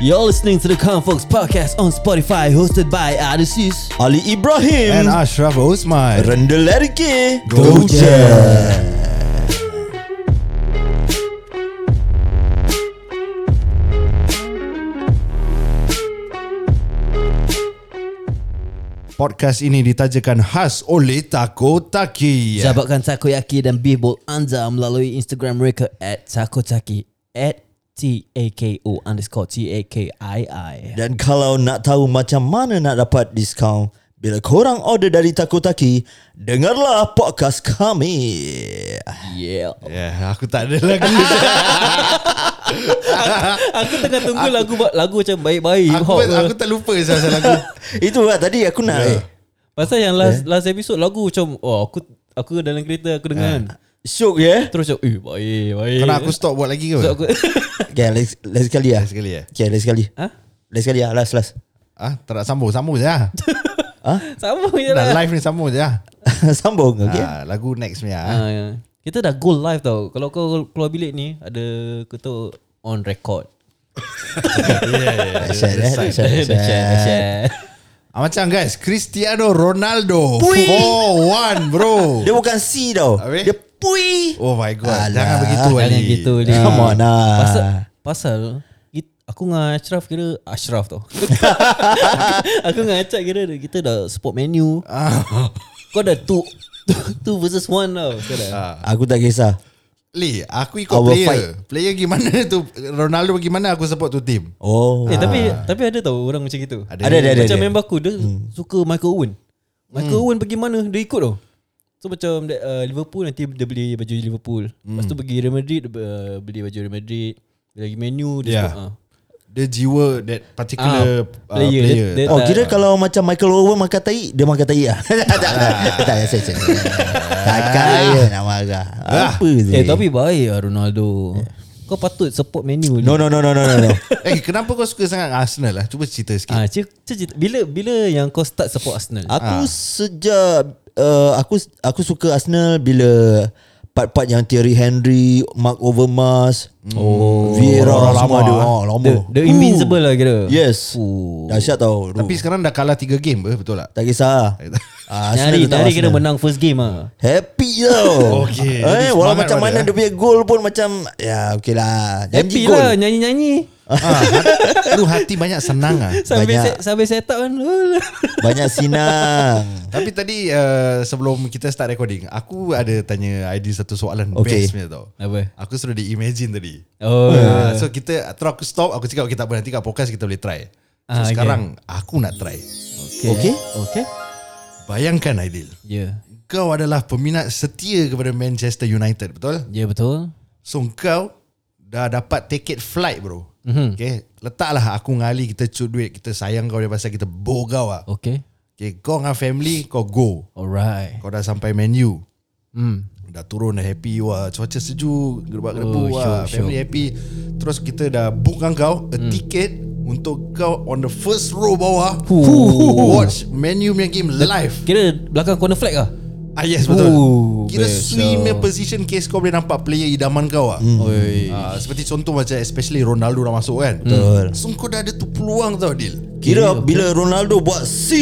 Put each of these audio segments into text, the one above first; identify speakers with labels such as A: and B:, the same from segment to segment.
A: You're listening to the Calm Folks podcast on Spotify hosted by Adisis, Ali
B: And
A: Ibrahim,
B: Ashraf Osman
A: Rendel Erke,
B: Go Jam. Podcast ini ditajakan khas oleh Tako Taki
A: Jabatkan Takoyaki dan Beef Bowl anda melalui Instagram mereka at Takotaki at T-A-K-O underscore T-A-K-I-I
C: Dan kalau nak tahu macam mana nak dapat diskaun bila korang order dari Takotaki, dengarlah podcast kami.
A: Yeah
B: yeah, Aku tak ada lagi
A: Aku tengah tunggu lagu lagu macam baik-baik
B: aku, aku tak lupa Pasal lagu
C: Itu lah tadi aku nak
B: Ya.
C: yeah. eh.
A: Pasal yang last last episode lagu macam oh aku aku dalam kereta aku dengar kan.
C: Syuk ya.
A: Terus macam eh baik baik.
B: Kena aku stop buat lagi ke
A: so, aku
C: Okay, last, last sekali lah.
B: Last sekali, eh?
C: Okay, last sekali.
A: ha?
C: Last sekali lah, last, last.
B: Ah, Tak nak sambung Sambung je lah
A: Sama je
B: Dah
A: lah.
B: live ni sambung je lah
C: Sambung, okay?
B: ah, Lagu next ni
A: Ha,
B: lah
A: ya. Kita dah go live tau. Kalau kau keluar bilik ni ada ketuk on record.
C: Dahsyat, eh? Dahsyat,
A: Dahsyat,
C: dahsyat.
A: dahsyat.
B: ah, Macam guys Cristiano Ronaldo 4-1 bro
C: Dia bukan C tau.
B: Habis?
C: Dia pui.
B: Oh my
C: Alah,
B: god Jangan begitu
A: Jangan
B: Ali
A: gitu ni.
C: Come on lah.
A: Ah. Pasal pasal it- aku dengan Ashraf kira Ashraf tau. aku dengan Acak kira kita dah support menu.
B: ah.
A: Kau dah two two versus one tau sekarang.
C: Aku tak kisah.
B: Lee, aku ikut
C: Our
B: player.
C: fight.
B: Player gimana tu? Ronaldo gimana aku support tu team.
C: Oh.
A: Eh tapi tapi ada tau orang macam gitu.
B: Ada.
C: Ada, ada, ada.
A: macam
C: ada.
A: member aku dia hmm. suka Michael Owen. Michael hmm. Owen pergi mana dia ikut tau. So macam that, uh, Liverpool nanti dia beli baju Liverpool. Hmm. Lepas tu pergi Real Madrid dia uh, beli baju Real Madrid. Dia lagi menu dia
C: Ya.
B: Yeah.
A: suka. ah.
B: Dia jiwa that
A: Ah,
B: particular uh, player.
A: player.
B: player.
A: Dia-
C: Oh
A: tak-
C: kira kalau macam Michael Owen makan tai Dia makan tai lah Tak tak tak Tak saya cakap Takkan ya nak marah Apa tu
A: Ah. Eh tapi baik lah Ronaldo. Kau patut support menu
C: Ya. No no no no no no, no.
B: eh, kenapa kau suka sangat Arsenal lah? Cuba cerita sikit.
A: Ah, cer- cerita, bila bila yang kau start support Arsenal?
C: Aku sejak uh, Aku aku suka Arsenal bila Part-part yang Thierry Henry Mark Overmars oh, Vieira
B: Orang
C: semua
B: lama,
C: ada
B: eh.
C: oh,
A: Hmm.
C: lama
A: ah. The, the Invincible Oh. lah kira.
C: Yes
A: Fuh.
C: Dahsyat tau Aduh.
B: Tapi sekarang dah kalah 3 game ke? Betul tak?
C: Tak kisah Ah, Arsenal
A: Nyari,
C: tetap
A: nyari kena
C: Arsenal.
A: menang first game ah.
C: Happy tau
B: Okey,
C: eh,
B: jadi
C: Walau
B: semangat
C: macam
B: pada,
C: mana
B: eh.
C: Dia punya goal pun macam Ya okey lah
A: Happy
C: Janji goal
A: lah nyanyi-nyanyi.
B: ah, lu hati banyak senang ah.
A: Sampai
C: Banyak.
A: set, sampai set up kan.
C: Banyak sinang
B: Tapi tadi uh, sebelum kita start recording, aku ada tanya ID satu soalan
C: Okey.
B: best punya tau.
A: Apa?
B: Aku suruh di imagine tadi.
A: Oh.
B: Ah, so kita terus aku stop, aku cakap okay tak apa nanti kat podcast kita boleh try. So
A: Ah, okay.
B: sekarang aku nak try.
C: Okey.
A: Okay.
B: Bayangkan Aidil,
A: Ya. Yeah.
B: Kau adalah peminat setia kepada Manchester United, betul?
A: Ya yeah, betul.
B: So kau dah dapat tiket flight bro. Mm-hmm.
A: Mhm.
B: Okay, letaklah aku ngali kita cut duit, kita sayang kau dia pasal kita bogau ah.
A: Okay.
B: Okay, kau dengan family kau go.
A: Alright.
B: Kau dah sampai menu.
A: Hmm.
B: Dah turun dah happy wah cuaca sejuk gerbak gerbu
A: Oh,
B: wah
A: syok, Hmm.
B: family happy terus kita dah book dengan kau a ticket untuk kau on the first row bawah
A: Fuh.
B: watch menu punya game live
A: Kira belakang corner flag ah.
B: Ah yes betul.
A: Ooh,
B: Kira
A: best oh.
B: swim punya
A: tau.
B: position case kau boleh nampak player idaman kau ah. Hmm.
A: Oi.
B: seperti contoh macam especially Ronaldo dah masuk
A: Hmm.
B: kan. Betul. So kau dah ada tu peluang tau Dil.
C: Kira bila Ronaldo buat C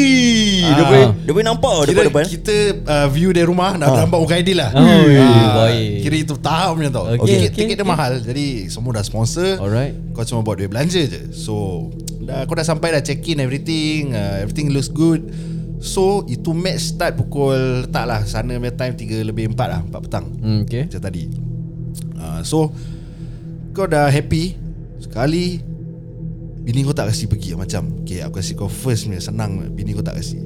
C: Dia
B: Ah.
C: boleh Dia boleh nampak
B: Kira
C: depan-depan
B: kita uh, view dari rumah dah nampak muka Aidil lah.
A: Oh, baik.
B: kira itu tahapnya tau.
A: Okay,
B: tiket,
A: okay,
B: tiket dia mahal jadi semua dah sponsor.
A: Alright.
B: Kau cuma buat duit belanja je. So dah kau dah sampai dah check in everything, uh, everything looks good. So itu match start pukul letaklah sana punya time 3 lebih 4 lah 4 petang.
A: Hmm, okay.
B: Macam tadi uh, So Kau dah happy Sekali Bini kau tak kasi pergi Macam Okay aku kasi kau first punya Senang punya. Bini kau tak kasi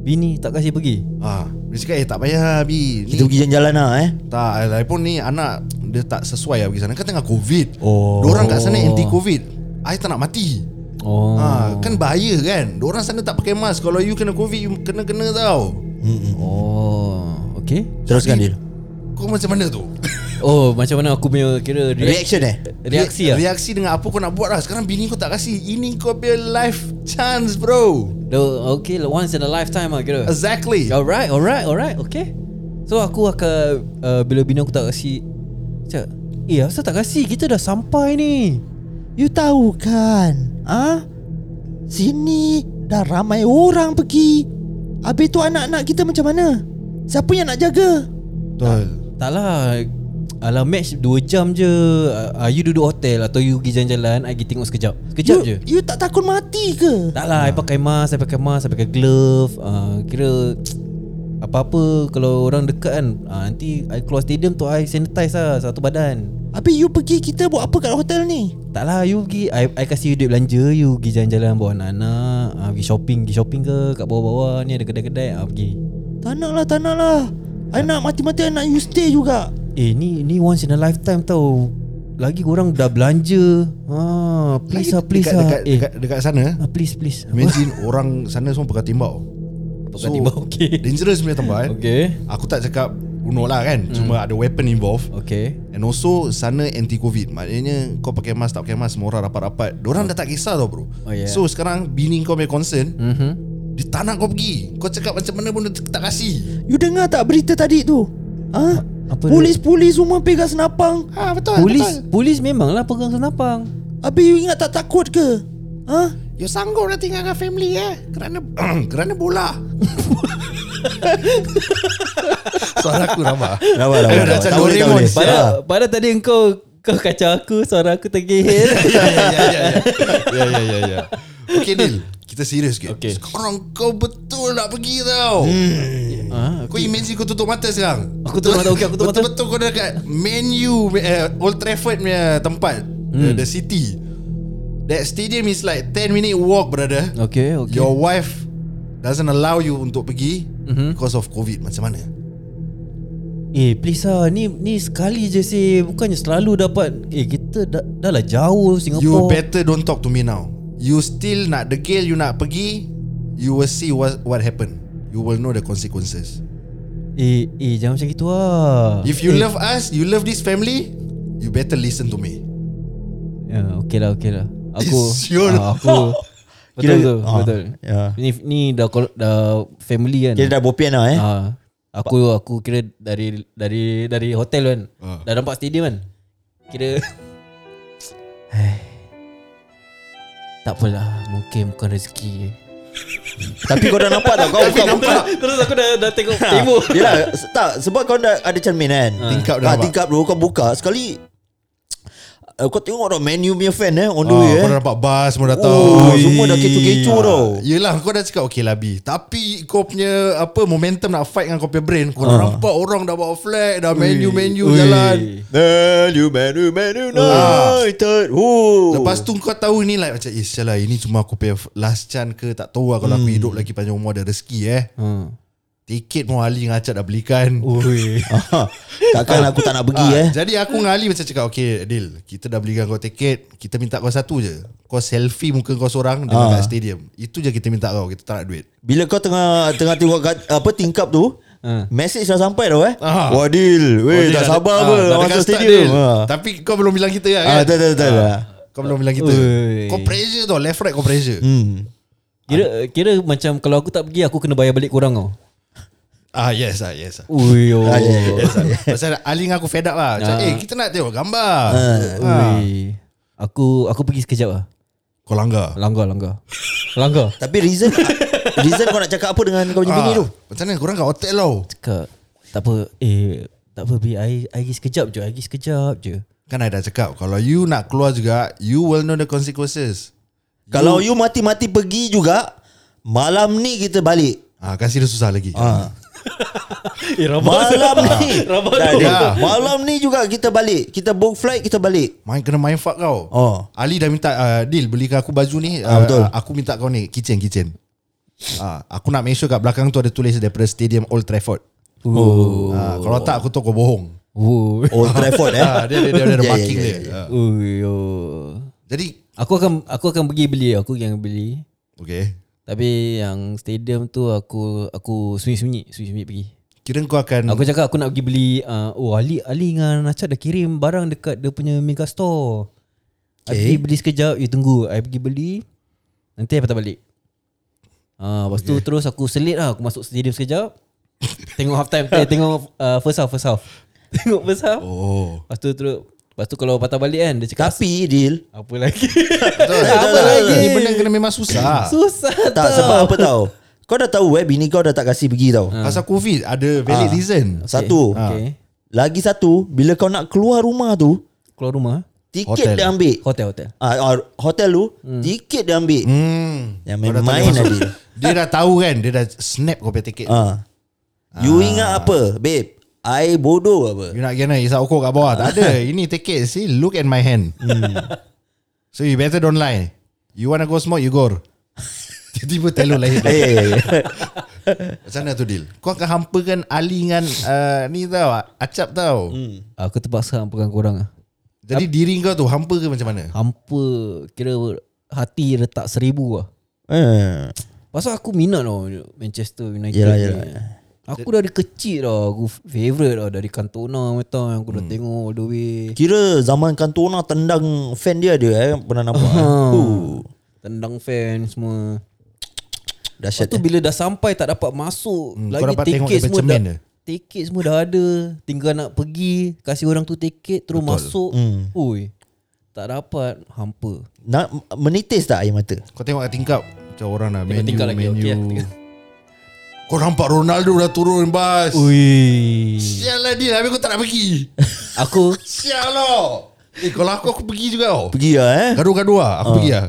A: Bini tak kasih pergi.
B: Ah, Dia cakap eh tak payah Bi
C: Kita
B: ni,
C: pergi jalan-jalan lah eh
B: Tak Lagipun ni anak Dia tak sesuai lah pergi sana Kan tengah covid
C: Oh.
B: Diorang kat sana anti covid I tak nak mati
A: Oh.
B: Ah, Kan bahaya kan Diorang sana tak pakai mask Kalau you kena covid You kena-kena tau
A: Oh. Okay.
C: Teruskan
B: Tapi-
C: Dil
B: Kau macam mana tu?
A: Oh, macam mana aku punya kira react,
C: Reaction eh
A: reaksi ah.
B: Reaksi dengan apa kau nak buat lah Sekarang bini kau tak kasi Ini kau punya life chance bro
A: The- Okay, once in a lifetime ah kira.
B: Exactly
A: Alright, alright, alright, okay. So aku akan uh, bila bina aku tak kasi. Cak, eh asal tak kasi? Kita dah sampai ni.
C: You tahu kan Ah, ha? Sini Dah ramai orang pergi Habis tu anak-anak kita macam mana Siapa yang nak jaga
B: Betul
A: Tak lah Alah match 2 jam je uh, You duduk hotel Atau you pergi jalan-jalan I pergi tengok sekejap Sekejap
C: you,
A: je
C: you tak takut mati ke
A: Tak lah I pakai mask I pakai mask I pakai glove uh, Kira Apa-apa Kalau orang dekat kan uh, Nanti I keluar stadium tu I sanitize lah Satu badan
C: Habis you pergi kita buat apa kat hotel ni
A: Tak lah you pergi I, I kasih you duit belanja You pergi jalan-jalan Bawa anak-anak uh, Pergi shopping Pergi shopping ke Kat bawah-bawah Ni ada kedai-kedai uh, Pergi
C: Tak nak lah tak nak lah I nak mati-mati I nak you stay juga
A: Eh ni ni once in a lifetime tau Lagi korang dah belanja ha, Please lah please
B: dekat,
A: lah
B: dekat,
A: eh,
B: dekat, dekat sana
A: ah, Please please
B: Imagine orang sana semua pegang timbau
A: Pegang timbau, okay.
B: Dangerous punya tambah eh.
A: Okay.
B: Aku tak cakap bunuh lah kan Cuma ada weapon involved
A: Okay
B: And also sana anti-covid Maknanya kau pakai mask tak pakai mask Semua orang rapat-rapat Diorang dah tak kisah tau bro
A: Oh, yeah.
B: So sekarang bini kau punya concern
A: mm-hmm.
B: Dia tak nak kau pergi Kau cakap macam mana pun dia tak kasih
C: You dengar tak berita tadi tu Ha?
A: apa dia?
C: Polis-polis semua pegang senapang
B: Ha betul
A: Polis Polis memanglah pegang senapang
C: Habis you ingat tak takut ke? Ha?
B: You sanggup dah tinggal dengan family eh Kerana kerana bola Suara aku ramah
C: Lawa lawa
B: Dah macam Doraemon Ya,
C: Ah.
A: Padahal, padahal tadi engkau Kau kacau aku Suara aku tergehil
B: Ya ya ya ya Ya ya ya ya Okay Dil Kita serius sikit
A: Okay.
B: Sekarang kau betul nak pergi tau hmm.
A: ha,
B: Kau imagine kau tutup mata sekarang
A: Aku tutup mata, okay, aku tutup mata.
B: Betul-betul kau dekat menu uh, Old Trafford punya tempat
A: Hmm.
B: the, the city That stadium is like 10 minute walk brother
A: Okay okay
B: Your wife doesn't allow you untuk pergi mm-hmm. because of COVID. Macam mana?
A: Eh please lah Ni, ni sekali je sih Bukannya selalu dapat Eh kita dah, dah lah jauh Singapore
B: You better don't talk to me now. You still nak degil, you nak pergi, you will see what what happen. You will know the consequences.
A: Eh eh jangan macam gitu lah
B: If you love us, you love this family, you better listen to me.
A: Ya, okey lah, okey lah. Aku,
B: It's your-
A: ah, aku betul
C: Kira-
A: betul,
C: ah,
A: betul.
C: ya.
A: Ni ni dah kol- dah family kan.
C: Kira dah bopian lah eh
A: Ah, aku aku kira dari dari dari hotel kan.
B: Ah.
A: Dah nampak stadium kan. Kira Eh. Tak apalah Mungkin bukan rezeki
C: Tapi kau dah nampak tak Kau buka buka
A: Terus, Ah, terus aku dah, dah tengok tembok
C: Yelah se- Tak sebab kau dah ada cermin kan
B: Tingkap dah
C: Ah,
B: nampak.
C: Tingkap dulu kau buka Sekali eh, Kau tengok dah menu punya fan eh On the
B: Oh,
C: way
B: yeah. Kau
C: eh
B: dah nampak bas semua datang.
C: Oh, semua dah kecoh-kecoh tau.
B: Yelah kau dah cakap Okay lah B Tapi kau punya Apa momentum nak fight Dengan kau punya brain Kau dah
C: Ah.
B: nampak orang dah bawa flag Dah menu-menu jalan
C: Menu menu menu United
B: Oh.
C: Woo.
B: Lepas tu kau tahu ni like macam Eh sialah ini cuma aku pay last chance ke Tak tahu lah kalau
C: Hmm.
B: aku hidup lagi panjang umur ada rezeki eh
A: hmm.
B: Tiket pun Ali dengan Acat dah belikan
A: Ui.
C: Ah, Takkan aku tak nak pergi
B: Ah,
C: eh
B: Jadi aku dengan Ali macam cakap Okay Adil Kita dah belikan kau tiket Kita minta kau satu je Kau selfie muka kau
C: Ah.
B: seorang Dengan kat stadium Itu je kita minta kau Kita tak nak duit
C: Bila kau tengah tengah tengok kat, apa tingkap tu,
A: Ah.
C: message dah sampai dah eh.
B: Ah.
C: Wadil, weh
B: Adil
C: Eh, tak
B: dah-
C: sabar
B: ah,
C: apa
B: dah
C: nak
B: dekat
C: masuk
B: start,
C: stadium.
B: Adil.
C: Ah.
B: Tapi kau belum bilang kita kan
C: Ah, tak tak tak. tak.
B: Kau belum bilang kita
A: Ui.
B: Kau pressure tau Left right kau pressure
C: Hmm.
A: Kira kira macam Kalau aku tak pergi Aku kena bayar balik korang tau
B: Ah yes ah yes ah
A: Ui oh.
C: Ah, ya, ya, ya.
B: Yes, ah. Pasal Ali dengan aku fed up lah Macam
A: Ah.
B: eh kita nak tengok gambar
C: Ah.
A: Ui. Aku aku pergi sekejap lah
B: Kau langgar
A: Langgar langgar Langgar
C: Tapi reason reason kau nak cakap apa dengan kau punya bini
B: Ah,
C: tu?
B: Macam mana korang kat hotel tau
A: Cakap Tak apa Eh tak apa Bi I, I pergi sekejap je I pergi sekejap je
B: Kan I dah cakap Kalau you nak keluar juga You will know the consequences
C: Kalau you mati-mati pergi juga, malam ni kita balik.
B: Ah, Kasih dia susah lagi
C: Ah.
A: Eh
C: Malam ni.
A: Rabak
C: Dah,
A: tu.
C: Adil.
B: Ah.
C: Malam ni juga kita balik. Kita book flight kita balik.
B: Main kena main fuck kau
C: Oh.
B: Ali dah minta uh, Deal belikan aku baju ni
C: Ah,
B: ah,
C: betul.
B: ah, Aku minta kau ni Kitchen kitchen Ah, Aku nak make sure kat belakang tu Ada tulis daripada Stadium Old Trafford
A: Oh.
B: Ah, Kalau tak aku tahu kau bohong
A: Oh.
C: Old Trafford eh.
B: Ah, Dia dia- dia- dia ada
C: Ya, ya,
B: marking
C: ya,
B: dia
C: ya.
B: Ah,
A: Ui, oh.
B: Jadi
A: Aku akan aku akan pergi beli aku yang beli.
B: Okay
A: Tapi yang stadium tu aku aku sunyi-sunyi, sunyi-sunyi pergi.
B: Kira kau akan
A: Aku cakap aku nak pergi beli uh, Oh Ali Ali dengan Nacat dah kirim barang dekat dia punya mega store okay. I pergi beli sekejap You tunggu I pergi beli Nanti I patah balik Ah, uh, Lepas tu terus aku selit lah Aku masuk stadium sekejap Tengok half time eh, Tengok uh, first half First half Tengok first half
B: Oh
A: Lepas tu terus Lepas tu kalau patah balik kan Dia cakap
C: Tapi deal
A: Apa lagi
B: Betul
A: Apa lagi
B: Ni benda kena memang
A: Ah.
B: susah
A: Susah
C: Tak sebab apa tau Kau dah tahu eh Bini kau dah tak kasih pergi tau
B: Pasal covid Ada valid
C: Ah.
B: reason
C: Satu
B: Ah.
A: Okay
C: Lagi satu Bila kau nak keluar rumah tu
A: Keluar rumah eh?
C: Tiket
B: Hotel.
C: dia ambil
A: Hotel hotel
C: ah, ah, Hotel tu Tiket dia ambil
B: Hmm
C: Yang
B: Kau dah tak
C: main-main
B: boleh masuk.
C: Adil
B: Dia dah tahu kan Dia dah snap kau punya tiket
C: ah. You ingat apa Babe I bodoh apa
B: You nak kena Isak ukur kat bawah Tak ada Ini tiket See look at my hand
A: Hmm.
B: So you better don't lie You wanna go smoke You go Tiba-tiba telur lahir
C: Eh, eh, eh.
B: Macam mana tu deal Kau akan hampakan Ali dengan uh, Ni tau Acap tau hmm.
A: Aku Ah, terpaksa hampakan korang lah
B: Jadi diri kau tu Hampa ke macam mana
A: Hampa Kira hati retak seribu lah
C: Eh.
A: Pasal aku minat tau Manchester United
C: Yelah,
A: ni.
C: yelah.
A: Aku dari kecil tau Aku favourite tau Dari Cantona macam Aku dah tengok all the way
C: Kira zaman Cantona tendang fan dia ada eh pernah nampak. eh. Uh,
A: Tendang fan semua Lepas
C: dahsyat. eh.
A: tu bila dah sampai tak dapat masuk
B: Hmm,
A: hmm,
B: kau
A: Lagi
B: dapat tengok
A: tiket
B: daripada
A: semua
B: cermin
A: dah,
B: dia.
A: Tiket semua dah ada Tinggal nak pergi Kasih orang tu tiket Terus Betul. masuk hmm. Ui Tak dapat Hampa
C: Nak menitis tak air mata?
B: Kau tengok kat tingkap Macam orang lah
A: Tengok
B: Menu
A: tingkap lagi,
B: menu.
A: okey lah, tingkap.
B: Kau nampak Ronaldo dah turun bas
A: Ui
B: Sial lah dia Habis kau tak nak pergi
A: Aku
B: Sial lah Eh kalau aku Aku pergi juga oh. tau
C: Pergi lah eh.
B: Gaduh-gaduh lah Aku pergi lah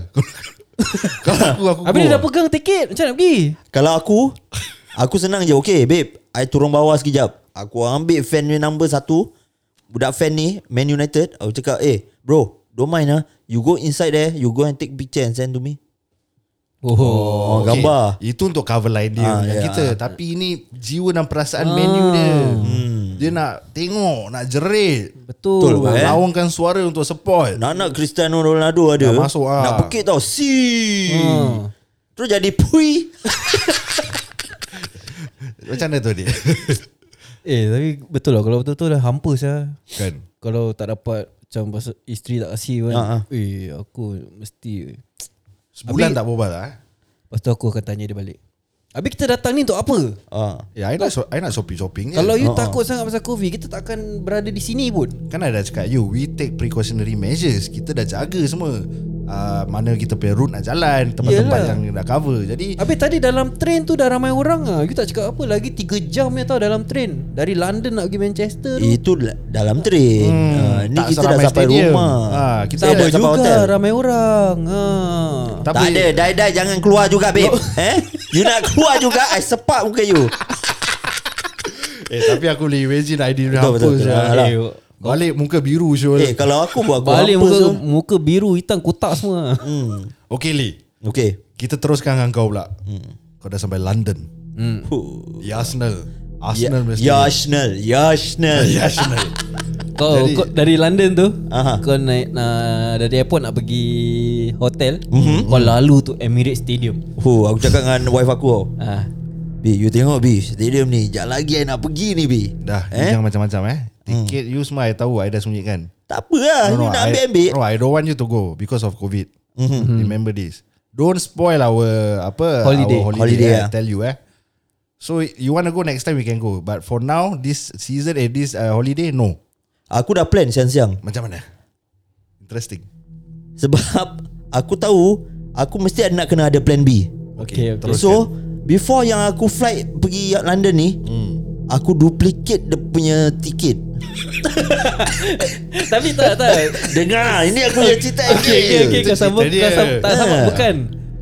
B: Kalau aku Aku
A: Habis
B: go.
A: dia dah pegang tiket Macam nak pergi
C: Kalau aku aku senang je. Okay babe, I turun bawah sekejap. Aku ambil fan ni number satu. Budak fan ni Man United. Aku cakap, "Eh, bro, don't mind ah. You go inside there, you go and take picture and send to me."
A: Oh,
C: Oh, gambar.
B: Itu untuk cover line dia
C: Ah,
B: dengan
C: ya.
B: kita. Tapi ini jiwa dan
A: Ah.
B: perasaan menu dia. Dia nak tengok, nak jerit.
A: Betul,
C: Hmm. Betul,
A: Betul
C: Bang.
B: Nak
C: Eh.
B: laungkan suara untuk support.
C: Nak nak Cristiano Ronaldo ada.
B: Dah masuk ah. Hmm.
C: Nak pekik tau. Si.
A: Ha.
C: Terus jadi pui.
B: Macam mana tu dia?
A: Eh tapi betul lah Kalau betul-betul dah hampa saya
B: kan.
A: Kalau tak dapat Macam pasal isteri tak kasih kan
C: Ha, ha.
A: Eh aku mesti
B: Sebulan tak berubah lah. eh?
A: Lepas tu aku akan tanya dia balik Habis kita datang ni untuk apa?
C: Ah.
B: Ya, I nak, so- I nak shopping-shopping je.
A: Kalau you
C: Ha, ha.
A: takut sangat pasal COVID Kita tak akan berada di sini pun
B: Kan I dah cakap you We take precautionary measures Kita dah jaga semua uh, Mana kita punya route nak jalan Tempat-tempat
A: Yelah.
B: yang dah cover Jadi
A: Habis tadi dalam train tu dah ramai orang ah. You tak cakap apa lagi 3 jam ya tau dalam train. Dari London nak pergi Manchester tu.
C: Itu la- dalam train. Hmm, ha, ni
B: tak
C: kita dah
B: seramai
C: sampai
B: stadium.
C: rumah.
B: Ha, kita
C: Sama
A: Sama
C: sampai
A: juga
C: hotel.
A: ramai orang. Ha.
C: Tak ada, dai-dai jangan keluar juga babe. eh? You nak keluar juga, I sepak muka you.
B: Eh tapi aku boleh imagine Aidil
C: Betul,
B: punya apa
C: betul, betul.
B: Syul.
C: Alah.
B: Eh, Balik muka biru Syul
C: eh, kalau aku buat aku
A: Balik
C: apa
A: muka
C: tu?
A: muka biru hitam kotak semua.
C: Hmm.
B: Okay Lee
C: Okay.
B: Kita teruskan dengan kau pula
C: Hmm.
B: Kau dah sampai London Di
C: Ya.
B: Arsenal Arsenal mesti
C: Yashnal, Yashnal.
B: Di Arsenal
A: Kau,
B: Jadi-
A: kau dari London tu
C: Aha.
A: Kau naik uh, Dari airport nak pergi Hotel
C: Mhm.
A: mm-hmm. Kau lalu tu Emirates Stadium
C: Hu, aku cakap dengan wife aku tau.
A: ah.
C: Bi, you tengok Bi, stadium ni. Sekejap lagi I nak pergi ni Bi.
B: Dah eh?
C: Eh?
B: Jangan macam-macam eh Tiket you semua I tahu I dah sembunyikan
C: Tak apa lah, you nak ambil-ambil. Hmm.
B: I, no, I don't want you to go Because of COVID Mm-hmm. Remember this Don't spoil our Apa
A: Holiday.
B: our holiday,
C: Holiday,
B: holiday
C: yeah.
B: I tell you eh So you want to go next time we can go But for now This season eh, This uh, holiday no
C: Aku dah plan siang-siang.
B: Macam mana? Interesting
C: Sebab aku tahu aku mesti ada nak kena ada plan B.
A: Okay, okay.
B: Teruskan.
C: So Before yang aku flight Pergi London ni
B: Hmm.
C: Aku duplicate Dia punya tiket
A: Tapi tak tak
C: Dengar Ini aku yang cerita
A: Okay, okay, okay,
B: Itu
A: kau sama,
B: cerita dia.
A: kau sama, tak sama,
C: Ah.
A: bukan.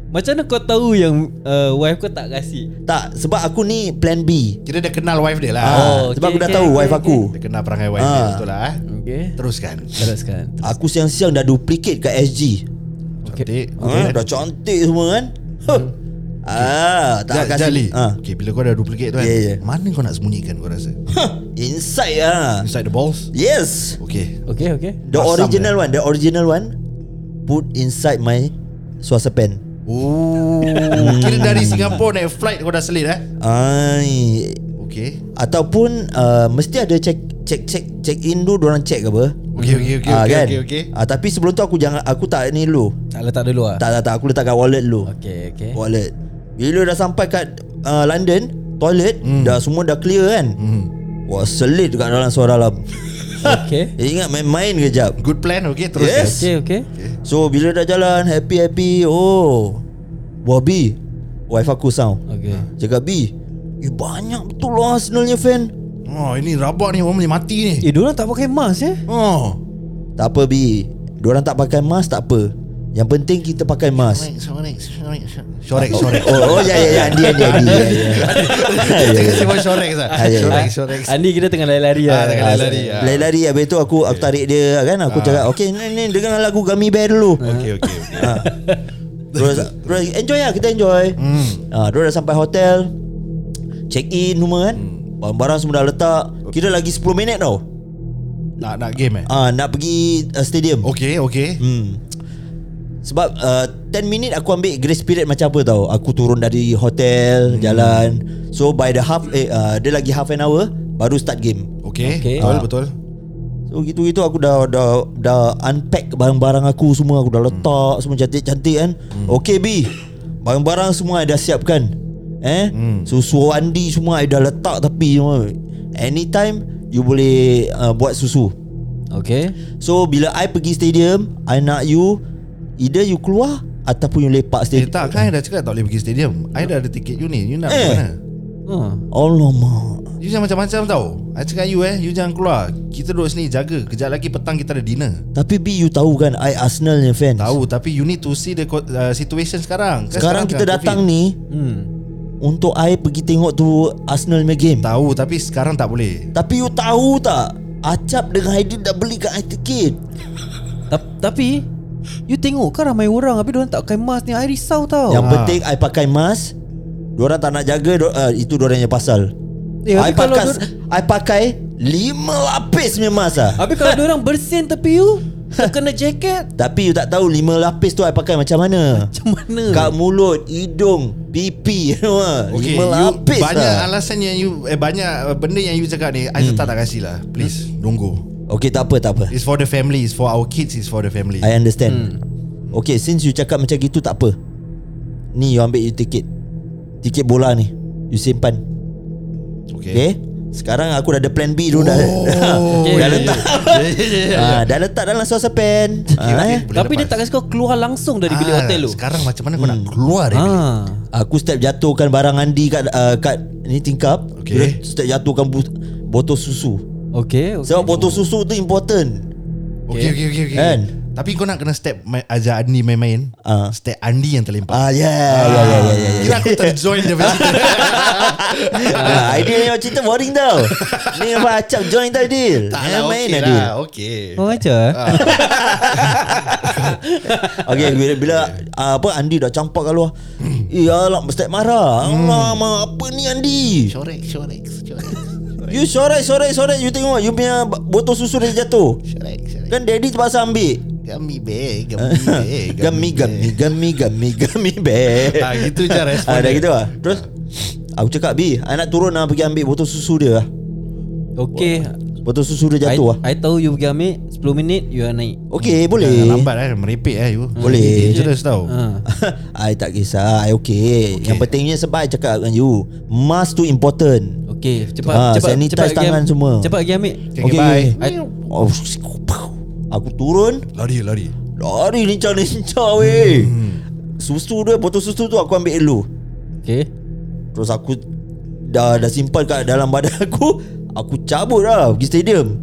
A: Macam mana kau tahu yang uh, wife kau tak kasih?
C: Tak Sebab aku ni plan B
B: Kira dia kenal wife dia lah
C: ah,
A: Oh, okay,
C: Sebab aku dah
A: okay,
C: tahu
A: okay,
C: Wife
A: okay.
C: aku
B: Dia kenal perangai wife
C: Ah.
B: dia Betul lah eh
A: Okay.
B: Teruskan
A: Teruskan.
C: Aku siang-siang dah duplicate kat SG
B: Cantik
C: okay. ha, Dah cantik semua kan huh. Ah, tak
B: Tak
C: kasi.
B: Hmm. Jali
C: Ah.
B: Okay bila kau dah duplicate tu kan
C: Yeah, yeah.
B: Mana kau nak sembunyikan kau rasa
C: Huh, Inside ah.
B: Inside the balls
C: Yes.
B: Okay
A: Okay, okay.
C: The
B: Asam
C: original one, the original one put inside my suasa pen.
B: Oh Kira dari Singapura naik flight kau dah selit eh
C: Ai,
B: Okay
C: Ataupun uh, mesti ada check check check check in dulu orang check apa.
B: Okay okay okay
C: Ah,
B: okay,
C: kan?
B: okay, okay.
C: Ah, tapi sebelum tu aku jangan aku tak ni dulu.
A: Tak letak dulu ah.
C: Tak tak tak aku letak kat wallet dulu.
A: Okay,
B: Eh?
A: okay.
C: Wallet. Bila dah sampai kat uh,
B: Hmm.
C: London, toilet dah semua dah clear kan. Wah, selit kat dalam suara dalam.
A: Okay
C: Eh, Ingat main-main kejap
B: Good plan okay Terus
C: Yes.
A: Okay okay
C: So bila dah jalan Happy happy Oh Wah B Wife aku sound
A: Okay
C: Cakap B Eh banyak betul lah Arsenalnya fan
B: Oh ini rabak ni Orang boleh mati ni
A: Eh diorang tak pakai mask eh
B: Oh
C: Tak apa B Diorang tak pakai mask tak apa Yang penting kita pakai mask
B: Shorek Shorek Shorek Shorek
C: Oh, oh ya ya ya Andi Andi Andi ya, ya.
B: Kita kasi buat shorek lah
C: Ah, ya, ya.
B: Shorek Shorek
A: Andi kita tengah lari-lari
B: Ah,
A: lah
B: tengah
A: Ah,
B: lari-lari. ah.
C: Lari-lari Habis tu aku aku tarik dia kan Aku cakap Okay ni, ni dengar lagu Gummy Bear dulu
B: Okay okay okay.
C: ha. Terus, terus enjoy lah Kita enjoy hmm. ha, Terus dah sampai hotel Check in semua kan Barang-barang semua dah letak Kira lagi 10 minit tau
B: Nak nak game eh
C: ha, Nak pergi uh, stadium
B: Okay okay
C: Hmm. Sebab uh, 10 minit aku ambil grace period macam apa tau. Aku turun dari hotel, hmm. jalan. So by the half eh uh, dia lagi half an hour baru start game.
B: Okay,
A: Okay.
B: Betul
C: Ah.
B: betul
C: So gitu-gitu aku dah dah dah unpack barang-barang aku semua aku dah
B: Hmm.
C: letak semua cantik-cantik kan. Hmm. Okay B. Barang-barang semua I dah siapkan. Eh? Hmm. Susu Andi semua I dah letak tapi semua. Anytime you boleh uh, buat susu.
A: Okay
C: So bila I pergi stadium I nak you Either you keluar Ataupun you lepak
B: Eh
C: stadium
B: tak kan I dah cakap tak boleh pergi stadium I dah ada tiket you ni You
C: Eh.
B: nak pergi mana
A: oh.
C: Alamak
B: You jangan macam-macam tau I cakap you eh You jangan keluar Kita duduk sini jaga Kejap lagi petang kita ada dinner
C: Tapi B you tahu kan I Arsenal ni fans
B: Tahu tapi you need to see the co- uh, situation sekarang Kan
C: Sekarang kita
B: tengah
C: datang
B: COVID.
C: ni
A: Hmm.
C: Untuk I pergi tengok tu Arsenal punya game
B: Tahu tapi sekarang tak boleh
C: Tapi you tahu tak Acap dengan Aidin dah beli kat I tiket
A: Ta- Tapi You tengok kan ramai orang Tapi diorang tak pakai mask ni I risau tau
C: Yang penting I pakai mask Diorang tak nak jaga dor- uh, Itu diorang yang pasal
A: Eh, tapi
C: I,
A: kalau
C: pakai,
A: dor-
C: I pakai Lima lapis punya mask lah
A: Habis kalau diorang bersin tepi you Kena jaket
C: Tapi you tak tahu Lima lapis tu I pakai macam mana
A: Macam mana
C: Kat mulut, hidung, pipi semua.
B: Okay
C: Lima
B: you
C: lapis
B: Banyak
C: lah.
B: alasan yang you eh, Banyak uh, benda yang you cakap ni I
C: Hmm.
B: tetap tak kasih lah Please Don't go
C: Okay, tak apa, tak apa.
B: It's for the family It's for our kids It's for the family
C: I understand.
B: Hmm.
C: Okay, since you cakap macam gitu tak apa. Ni you ambil you tiket. Tiket bola ni. You simpan. Okay? Sekarang aku dah ada plan B tu dah.
B: Oh,
C: dah
B: Ya, yeah,
C: letak.
B: yeah, yeah, yeah, yeah.
C: Ah, dah letak dalam suasa pen. Ah,
B: okay,
C: eh.
B: boleh
A: Tapi dia
B: lepas.
A: tak kasi kau keluar langsung Dari bilik
B: Ah,
A: hotel tu
B: Sekarang macam mana kau nak keluar dari bilik
A: ah.
C: Aku step jatuhkan barang Andi kat uh, kat ni tingkap.
B: Okay.
C: Dia Step jatuhkan bu- botol susu.
A: Okay, okay.
C: Sebab botol susu tu important.
B: Okay okay okay, okay.
C: Kan?
B: Tapi kau nak kena step ma- Ajar Andi main-main
C: Ah.
B: Step Andi yang terlempar
C: Ah, yeah,
B: ya,
C: yeah, yeah, yeah, yeah, yeah.
B: Kira aku terjoin dia macam tu.
C: Ah, Aidil yang cerita boring tau Ni apa acap join tau Aidil
B: Tak
C: Jangan
B: lah
C: main
B: okay
C: Aidil
B: lah Okay
A: Oh macam eh?
B: Ah.
C: Okay bila, bila ah, apa Andi dah campak kat luar
B: Hmm.
C: Eh alam Ustaz marah Allah mak apa ni Andi
B: Correct correct Correct
C: You sorai sorai sorai You tengok You punya b- botol susu dah jatuh
B: Correct correct
C: Kan daddy terpaksa ambil
B: Gummy bear Ah. Gummy bear
C: Gami gami gami gami gami bag
B: Ah, gitu je respon
C: ah, Dah
B: dia.
C: gitu lah Terus Aku cakap B I nak turun lah pergi ambil botol susu dia lah
A: Okay
C: Botol susu dia jatuh lah
A: I, I tahu you pergi ambil 10 minit You are naik
C: Okay
B: Jangan
C: boleh
B: lambat eh Merepek eh you
C: Boleh.
B: Dangerous tau
A: ah.
C: I tak kisah I okay. okay Yang pentingnya sebab I cakap dengan you Mask tu important
A: Okay Cepat
C: Ah,
A: cepat,
C: sanitize
A: cepat pergi
C: tangan
A: am-
C: semua.
A: Cepat pergi ambil
B: Okay, okay, bye.
A: I,
C: Oh, Aku turun
B: Lari lari
C: Lari lincah-lincah weh
B: Hmm.
C: Susu dia Botol susu tu aku ambil dulu
A: Okay
C: Terus aku Dah dah simpan kat dalam badan aku Aku cabut lah Pergi stadium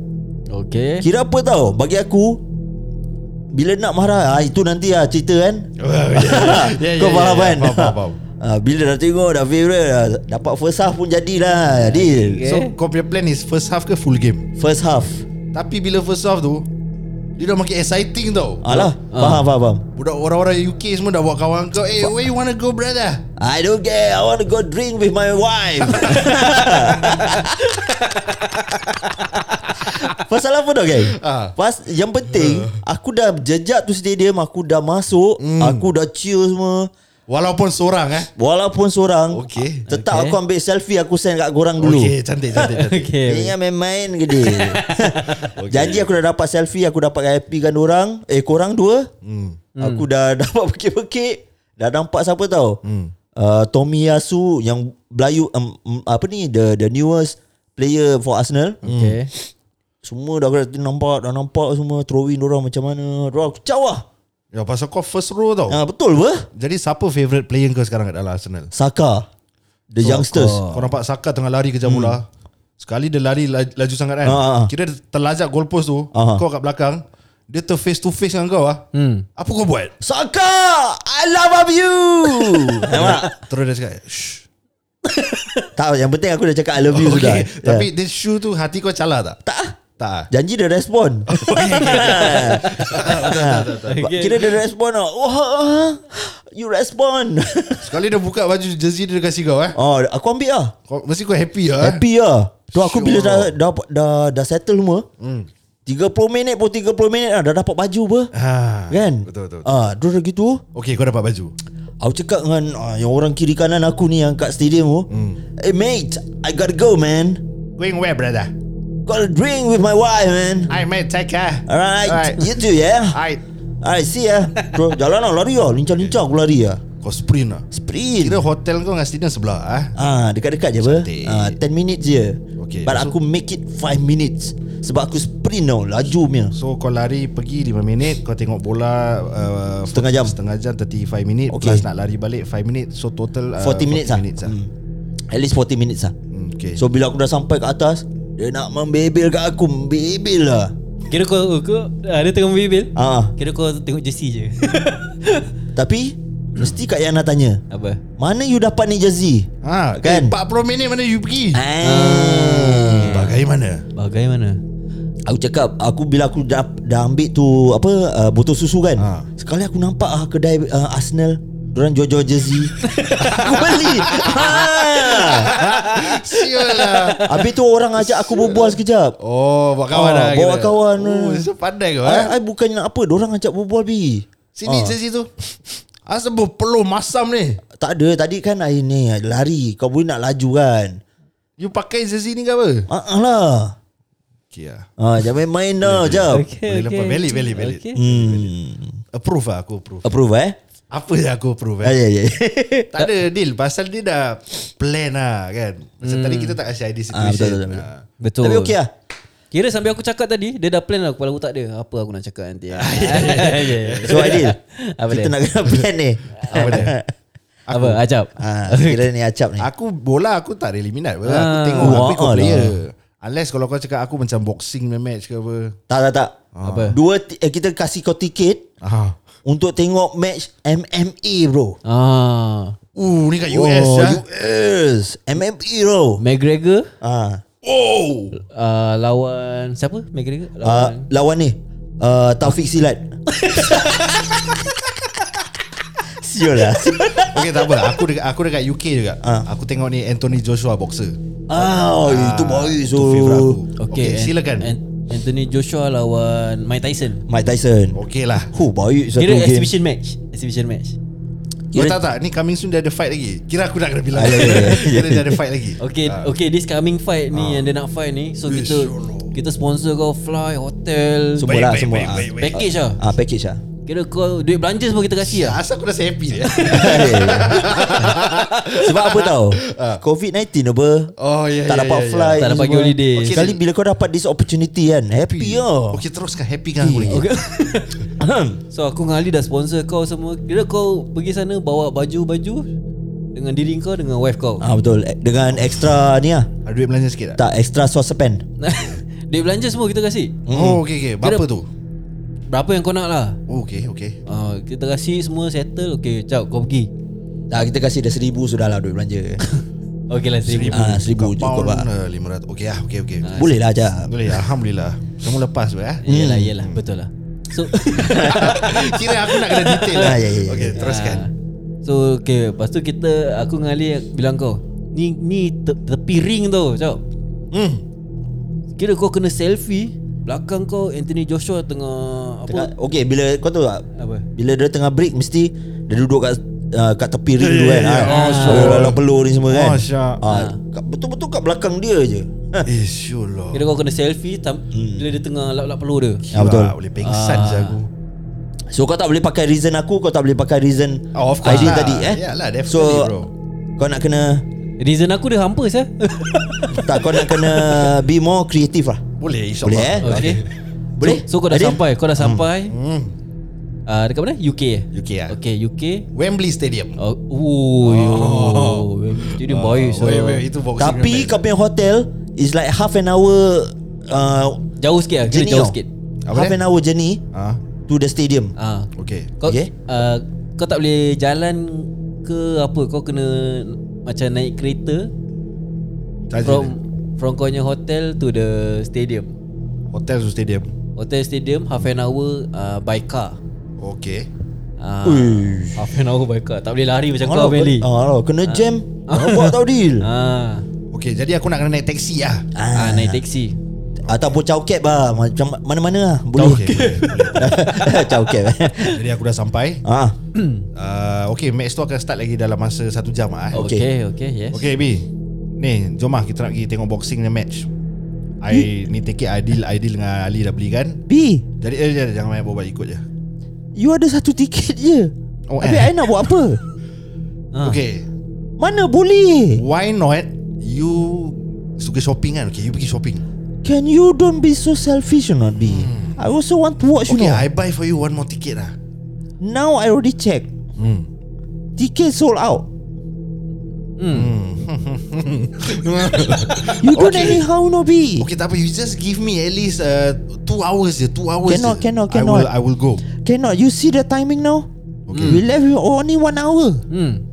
A: Okay
C: Kira apa tau Bagi aku Bila nak marah ah, Itu nanti lah cerita kan
B: Ya,
C: Kau faham kan
B: Faham faham faham
C: Ah, Bila dah tengok Dah favourite dah, Dapat first half pun jadilah Adil
B: So kau punya plan is First half ke full game
C: First half
B: Tapi bila first half tu Dia dah makin exciting tau
C: Alah
B: Ah.
C: Faham faham faham
B: Budak orang-orang UK semua dah buat kawan kau Eh where you wanna go brother
C: I don't care. I want to go drink with my wife. Pasal apa dah geng?
B: Ah.
C: Pas yang penting aku dah jejak tu stadium, aku dah masuk,
B: Hmm.
C: aku dah cheer semua.
B: Walaupun seorang eh
C: Walaupun seorang
B: Okey.
C: Tetap
A: Okey.
C: aku ambil selfie Aku send kat korang dulu
B: Okay cantik cantik cantik
A: Okay
C: Dia ingat main-main ke dia Janji aku dah dapat selfie Aku dapat happy kan orang Eh korang dua Hmm. Aku dah dapat pekik-pekik Dah nampak siapa tau uh, Tommy Yasu Yang Melayu um, um, Apa ni The the newest player for Arsenal
A: Okay
C: Semua dah kena nampak Dah nampak semua Throw in orang macam mana Diorang aku cawa
B: Ya pasal kau first row tau
C: ah, Betul apa?
B: Jadi siapa favourite player kau sekarang kat dalam Arsenal
C: Saka The
B: So,
C: youngsters
B: kau- Kau nampak Saka tengah lari kejar bola Sekali dia lari la- laju sangat kan
C: Hmm. Ah, ah, ah.
B: Kira dia terlajak goalpost tu
C: Ah, ah.
B: Kau kat belakang Dia ter face to face dengan kau ah.
A: Hmm.
B: Apa kau buat?
C: Saka I love you Nampak?
B: Terus dia cakap Shh
C: Tak yang penting aku dah cakap I love you sudah Ya.
B: okay. Tapi dia shoe tu hati kau calar tak?
C: Tak ah.
B: Tak ah.
C: Janji dia respon Ha. Kira dia respon tau. Wah ha, You respon
B: Sekali dia buka baju jersey dia dia kasi kau eh
C: Oh aku ambil lah
B: kau, Mesti kau happy lah eh
C: Happy lah Tu aku bila
B: Sure.
C: dah dah, dah, dah settle semua hmm. 30 minit pun 30 minit lah Dah dapat baju apa
B: Ah,
C: Kan
B: betul, betul, betul.
C: Ah, Terus dah gitu
B: Okay kau dapat baju
C: Aku cakap dengan ah, Yang orang kiri kanan aku ni Yang kat stadium tu
B: Hmm.
C: Hey mate I gotta go man
B: Going where brother?
C: Gotta drink with my wife man
B: I mate take care
C: Alright,
B: Alright.
C: Alright. You too yeah
B: Alright
C: Alright see ya Terus jalan lah lari lah Lincah-lincah aku lari lah
B: Kau sprint lah
C: Sprint
B: Kira hotel kau dengan stadium sebelah ah.
C: Ah, dekat-dekat je apa?
B: Cantik.
C: Ah, 10 minutes je.
B: Okay,
C: But
B: so-
C: aku make it 5 minutes sebab aku sprint tau, laju punya.
B: So kau lari pergi 5 minit Kau tengok bola uh,
C: Setengah jam.
B: Setengah jam 35 minit okay.
C: Okay.
B: Plus nak lari balik 5 minit So total
C: 40 minutes ah.
B: minutes lah.
C: Hmm. At least 40 minutes ah.
B: Hmm, Okay
C: So bila aku dah sampai kat atas, dia nak membebel kat aku, membebel lah.
A: Kira kau, kau ah, Dia tengah bibil
C: Ah,
A: Kira kau tengok jersey je
C: tapi mesti Kak Yana tanya,
A: Apa
C: "Mana you dapat ni jersey?"
B: ha, kan?
C: Kan?
B: Eh, 40 minit mana you pergi
C: Ah.
B: Bagaimana
A: Bagaimana
C: Aku cakap Aku bila aku dah, dah ambil tu Apa uh, Botol susu kan
B: Ha.
C: ha. Sekali aku nampak ah, Kedai uh, Arsenal Diorang jual-jual jersey Aku beli ha.
B: Sial lah
C: Habis tu orang ajak aku berbual sekejap
B: Oh buat kawan
C: Ah,
B: lah
C: bawa
B: kira.
C: kawan.
B: Oh so pandai kau eh
C: I, I bukan nak apa Diorang ajak berbual bi
B: Sini
C: Ah.
B: sesi tu Asal berpeluh masam ni
C: Tak ada Tadi kan I ni I lari Kau boleh nak laju kan
B: You pakai sesi ni ke apa
C: Ah ah lah
B: Okay lah
C: Ah, jangan main-main dah Jap
B: Boleh nampak. Valid, valid, valid.
A: okay.
C: hmm.
B: Approve lah aku approve
C: Approve eh
B: Apa yang aku approve eh
C: ah, ya, ya.
B: Tak ada deal Pasal dia dah Plan lah kan Macam tadi kita tak kasi idea
C: Ah, betul,
B: situation
C: betul, betul.
B: Ah.
A: Betul
C: Tapi okey lah
A: Kira sambil aku cakap tadi Dia dah plan lah kepala otak dia Apa aku nak cakap nanti Ah, ya,
C: So Adil
A: Apa
C: Kita
A: dia?
C: nak kena plan ni
B: Apa dia
A: Apa Acap
C: Ah, kira ni acap ni.
B: Aku bola aku tak really minat ah. Aku
A: Ah.
B: tengok Aku
C: Wah,
B: ikut
C: lah.
B: player Unless kalau kau cakap Aku macam boxing punya match ke apa
C: Tak tak tak.
A: Ah. Apa?
C: Dua ti- eh, kita kasih kau tiket
B: ah.
C: untuk tengok match MMA bro.
A: Ah,
B: Uh ni kat
C: oh,
B: US
A: ya?
B: lah
C: US. MMA E, bro.
A: McGregor
C: Ah,
B: Oh
A: uh, lawan siapa? McGregor
C: ah,
A: lawan.
C: lawan ni uh, Taufik Silat. Sial lah.
B: Okay tak apa Aku dekat, aku dekat UK juga
C: Ah.
B: Aku tengok ni Anthony Joshua boxer
C: Ah, oh, itu baik
B: Itu favourite aku
C: so.
B: Okay,
A: An-
B: silakan
A: An- Anthony Joshua lawan Mike Tyson.
C: Mike Tyson.
B: Okay lah
C: Hu baik satu
A: Kira
C: game.
A: exhibition match. Exhibition match.
B: Oh,
C: Kira-
B: tak tak Ni coming soon dia ada fight lagi Kira aku nak kena bilang
C: Ah, ya, ya, ya.
B: Kira dia ada fight lagi
A: Okay,
C: Ah.
A: okay this coming fight ni yang dia nak fight ni. So
B: Ish,
A: kita
B: Allah.
A: kita sponsor kau fly, hotel,
C: ya Semua lah
B: Baik, baik,
C: semua.
B: baik, baik, baik.
A: package lah.
C: Ah, package lah.
A: Kira kau duit belanja semua kita kasih
B: Ya,
A: lah.
B: asal aku rasa happy dia.
C: Sebab apa tau?
A: Ah.
C: COVID-19 apa?
B: Oh ya.
C: tak
B: ya,
C: dapat
B: ya, ya.
C: flight
A: Tak
C: ni
A: dapat
C: semua.
A: holiday.
C: okay, Sekali bila kau dapat this opportunity kan Happy lah
B: Okay teruskan happy kan aku lagi.
A: Okay. so aku dengan Ali dah sponsor kau semua. Kira kau pergi sana bawa baju-baju dengan diri kau dengan wife kau.
C: Ah betul Eh, Dengan extra ni lah
B: Ada Ah, duit belanja sikit tak?
C: Tak extra saucepan
A: duit belanja semua kita kasih.
C: Hmm.
B: Oh okay okay. Berapa
A: Kira-
B: tu?
A: Berapa yang kau nak lah?
B: Oh, okay okay.
A: Uh, kita kasih semua settle Okay cap kau pergi
C: Dah kita kasih dah seribu sudah lah duit belanja
A: Okay lah seribu
C: Ah seribu cukup
B: Pound
C: lah
B: uh, 500. Okay lah okay okay.
C: Boleh lah Jab
B: Boleh Alhamdulillah. Semua lepas tu ya.
A: Yelah yelah betul lah So
B: Kira aku nak kena detail lah.
C: Ah, ya, ya, ya.
B: Okay teruskan.
A: Ah. So okay Lepas tu kita Aku dengan Ali bilang kau Ni ni te- tepi ring tau cap
B: Hmm.
A: Kira kau kena selfie Belakang kau Anthony Joshua tengah Apa
C: Tengah, Okay bila kau tahu tak
A: Apa
C: Bila dia tengah break mesti Dia duduk kat uh, kat tepi ring dulu kan
B: ya,
C: Ah,
B: ya. Oh,
C: Dia
B: sure.
C: lalang peluh ni semua kan
B: Oh, sure.
C: Ah, kat- Betul-betul kat belakang dia je
B: Eh syullah.
A: Kira kau kena selfie tam-
B: Hmm.
A: Bila dia tengah lap-lap peluh dia
C: Ya, betul.
B: Boleh pengsan je aku.
C: So kau tak boleh pakai reason aku Kau tak boleh pakai reason
B: Oh, of course
C: ID
B: lah.
C: tadi eh
B: Yalah, definitely,
C: So
B: bro.
C: Kau nak kena
A: Reason aku dia hampers lah
C: Tak kau nak kena Be more creative lah
B: Boleh
C: Boleh
B: insyaAllah
C: eh
A: Okay.
C: Boleh?
A: So, so kau dah
C: Ada?
A: sampai, kau dah sampai.
B: hmm.
A: Uh, dekat mana? UK.
B: UK lah
A: Okay, UK.
B: Wembley Stadium
A: Oh, oh, oh. Jadi baik. so.
B: Wait, wait, Itu boxing
C: Tapi
B: round.
C: kau punya hotel Is like half an hour uh,
A: Jauh sikit lah, kira
C: Journey
A: jauh
C: tau.
A: sikit.
B: Apa
C: Half
B: dia?
C: an hour journey
B: Ah,
C: To the stadium
A: Ah,
B: Okay
A: Kau
C: Okay.
A: okay. uh, kau tak boleh jalan ke apa kau kena macam naik kereta
B: Charge
A: from
B: dia.
A: from kau punya hotel to the stadium.
B: Hotel to stadium
A: Hotel stadium half an hour uh, by car.
B: Okay
A: Uh, half an hour by car. Tak boleh lari macam Ah.
C: Alah,
A: kau Meli.
C: kena- alah, oh, Kena jam Nampak tau deal
A: Ah,
B: Okay jadi aku nak kena naik taksi lah
A: ah naik taksi.
C: Ataupun chow cab lah Macam mana-mana lah Boleh
B: Okay, boleh, boleh.
C: Chow cab
B: Jadi aku dah sampai
C: Ah,
B: uh, Okay match tu akan start lagi dalam masa Satu jam lah eh.
A: Okay, okay, okay Oh, yes.
B: Okay B Ni jom lah kita nak pergi tengok boxing ni match I ni tiket Aidil Aidil dengan Ali dah beli kan
C: B
B: Jadi eh, jangan- jangan main bobat ikut je
C: You ada satu tiket je
B: Oh,
C: Habis I
B: eh.
C: nak buat apa
A: Ah.
B: Okay
C: Mana boleh
B: Why not You Suka shopping kan Okay you pergi shopping
C: Can you don't be so selfish or not B I also want to watch you
B: Hmm. Okay
C: know
B: I buy for you one more ticket lah
C: Now I already check
B: Hmm
C: Ticket sold out
A: Hmm.
C: You don't
B: Ah, Okay.
C: anyhow no B
B: Okay tak apa You just give me at least uh, Two hours je Two hours
C: Cannot,
B: je
C: cannot,
B: I will,
C: cannot.
B: I will go
C: Cannot You see the timing now
B: Okay.
C: We left with only one hour
A: Hmm.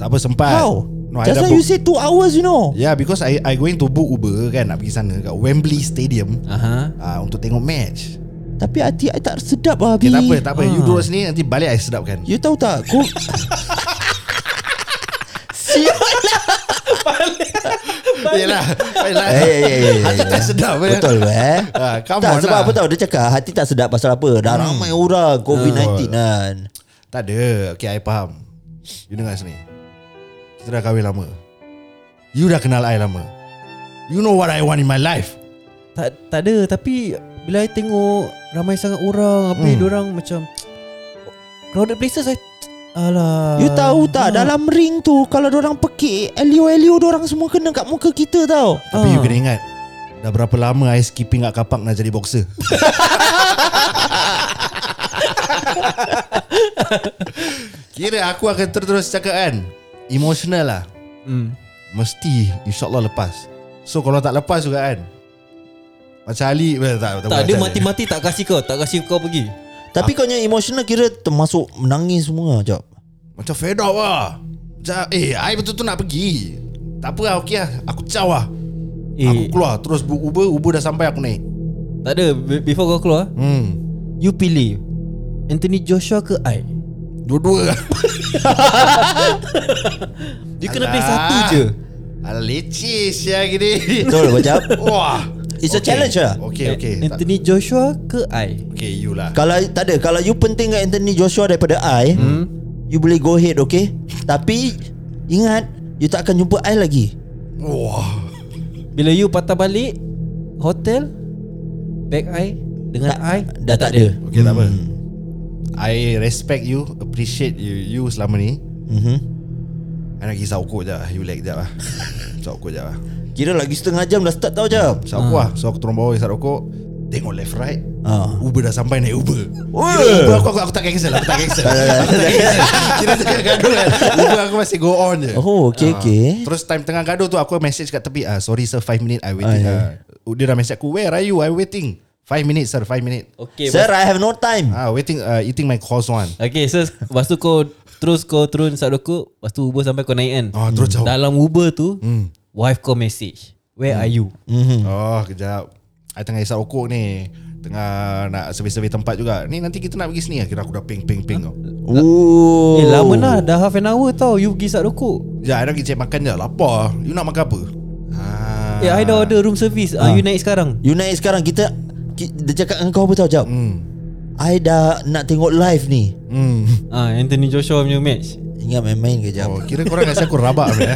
B: Tak apa sempat
C: How
B: Ah, No I
C: Just
B: dah
C: now you
B: book
C: say two hours you know
B: Yeah because I I going to book Uber kan Nak pergi sana Kat Wembley Stadium
A: Aha.
B: uh, Untuk tengok match
C: Tapi hati I tak sedap lah B
B: Okay, tak apa, tak apa. You duduk sini nanti balik I sedapkan.
C: You tahu tak Aku Sialah
B: Yalah. Yalah.
C: Eh, eh, eh, eh,
B: Hati
C: eh.
B: tak lah. sedap ya, eh.
C: Betul eh
B: Ah, come
C: Tak
B: on
C: sebab
B: lah. Hmm.
C: apa tahu Dia cakap hati tak sedap pasal apa Dah ramai orang COVID-19 kan
B: Tak ada. Okay, I faham. You dengar sini. Kita dah kahwin lama. You dah kenal I lama. You know what I want in my life.
A: Tak tak ada tapi bila I tengok ramai sangat orang habis hmm. orang macam crowded places I Alah.
C: You tahu tak Dalam ring tu Kalau orang pekik Elio-elio orang semua kena kat muka kita tau
A: Ah.
B: Tapi you kena ingat. Dah berapa lama I skipping kat kapak nak jadi boxer. Kira aku akan terus-terus cakap kan. Emotional lah.
A: Hmm.
B: Mesti InsyaAllah lepas So kalau tak lepas juga kan Macam Ali eh, tak, tak,
A: Tak dia
B: bukan macam Ali.
A: mati-mati tak kasih kau, tak kasih kau pergi.
C: Tapi kau punya emotional kira Termasuk menangis semua Jap
B: Macam fed up lah Macam eh I betul-betul nak pergi Tak apa lah okay lah Aku caw lah
A: Eh,
B: Aku keluar terus book Uber Uber dah sampai aku naik
A: tak ada Be- before kau keluar,
B: Hmm
A: you pilih Anthony Joshua ke I?
B: Dua-dua
A: You kena pilih satu je.
B: Alah leceh ya gini
C: Betul apa Jap
B: Wah
C: It's a challenge lah.
B: Okay okay
A: A-
B: tak,
A: Anthony Joshua ke I?
B: Okay you lah
C: Kalau tak ada Kalau you pentingkan Anthony Joshua Daripada I
A: Hmm.
C: You boleh go ahead okay Tapi Ingat You tak akan jumpa I lagi
B: Wah
A: Bila you patah balik hotel back I dengan
C: Tak-
A: I
C: dah tak ada. Hmm,
B: Okay tak apa I respect you Appreciate you You selama ni
C: mm-hmm.
B: I nak pergi saukut je lah. You lag je lah Saukut je lah
C: Kira lagi setengah jam dah start tau Jap
B: Saukut lah So aku turun bawah Isap rokok Tengok left right
C: Ah.
B: Uber dah sampai naik Uber
C: Wah.
B: Kira Uber aku, aku, aku tak cancel lah, Aku tak
C: Ya,
B: cancel Aku tak cancel Kira tengah gaduh kan Uber aku masih go on je
C: Oh okay
B: Ah.
C: okay
B: Terus time tengah gaduh tu Aku message kat tepi ah, Sorry sir 5 minute I waiting
C: Ay.
B: Ah, Dia dah message aku Where are you I waiting 5 minute sir 5 minute
A: Okay.
C: Sir
A: Sir.
C: I have no time
B: Ah, Waiting uh, Eating my croissant
A: Okay, so lepas tu kau terus kau turun Sadoku, lepas tu Uber sampai kau naik kan.
B: Ah, terus jauh. Hmm.
A: Dalam Uber tu, wife kau message. Where are you?
C: Mhm. Hmm.
B: Mm-hmm. Oh, kejap. I tengah isap okok ni. Tengah nak survey-survey tempat juga. Ni nanti kita nak pergi sini lah. Kira aku dah ping-ping-ping tau.
C: Ooh.
A: Eh lama lah dah half an hour tau you pergi Sadoku.
B: Ya, I nak pergi cek makan je. Lapar. You nak makan apa? Ah.
C: Ya,
A: Eh I dah order room service. Ah. you naik sekarang.
C: You naik sekarang kita ki- Dia cakap dengan kau apa tau Jap
B: Hmm.
C: I dah nak tengok live ni
B: Hmm.
A: Ah Anthony Joshua punya match.
C: Ingat main-main ke Jap
B: Oh, kira korang kasi aku rabak apa eh?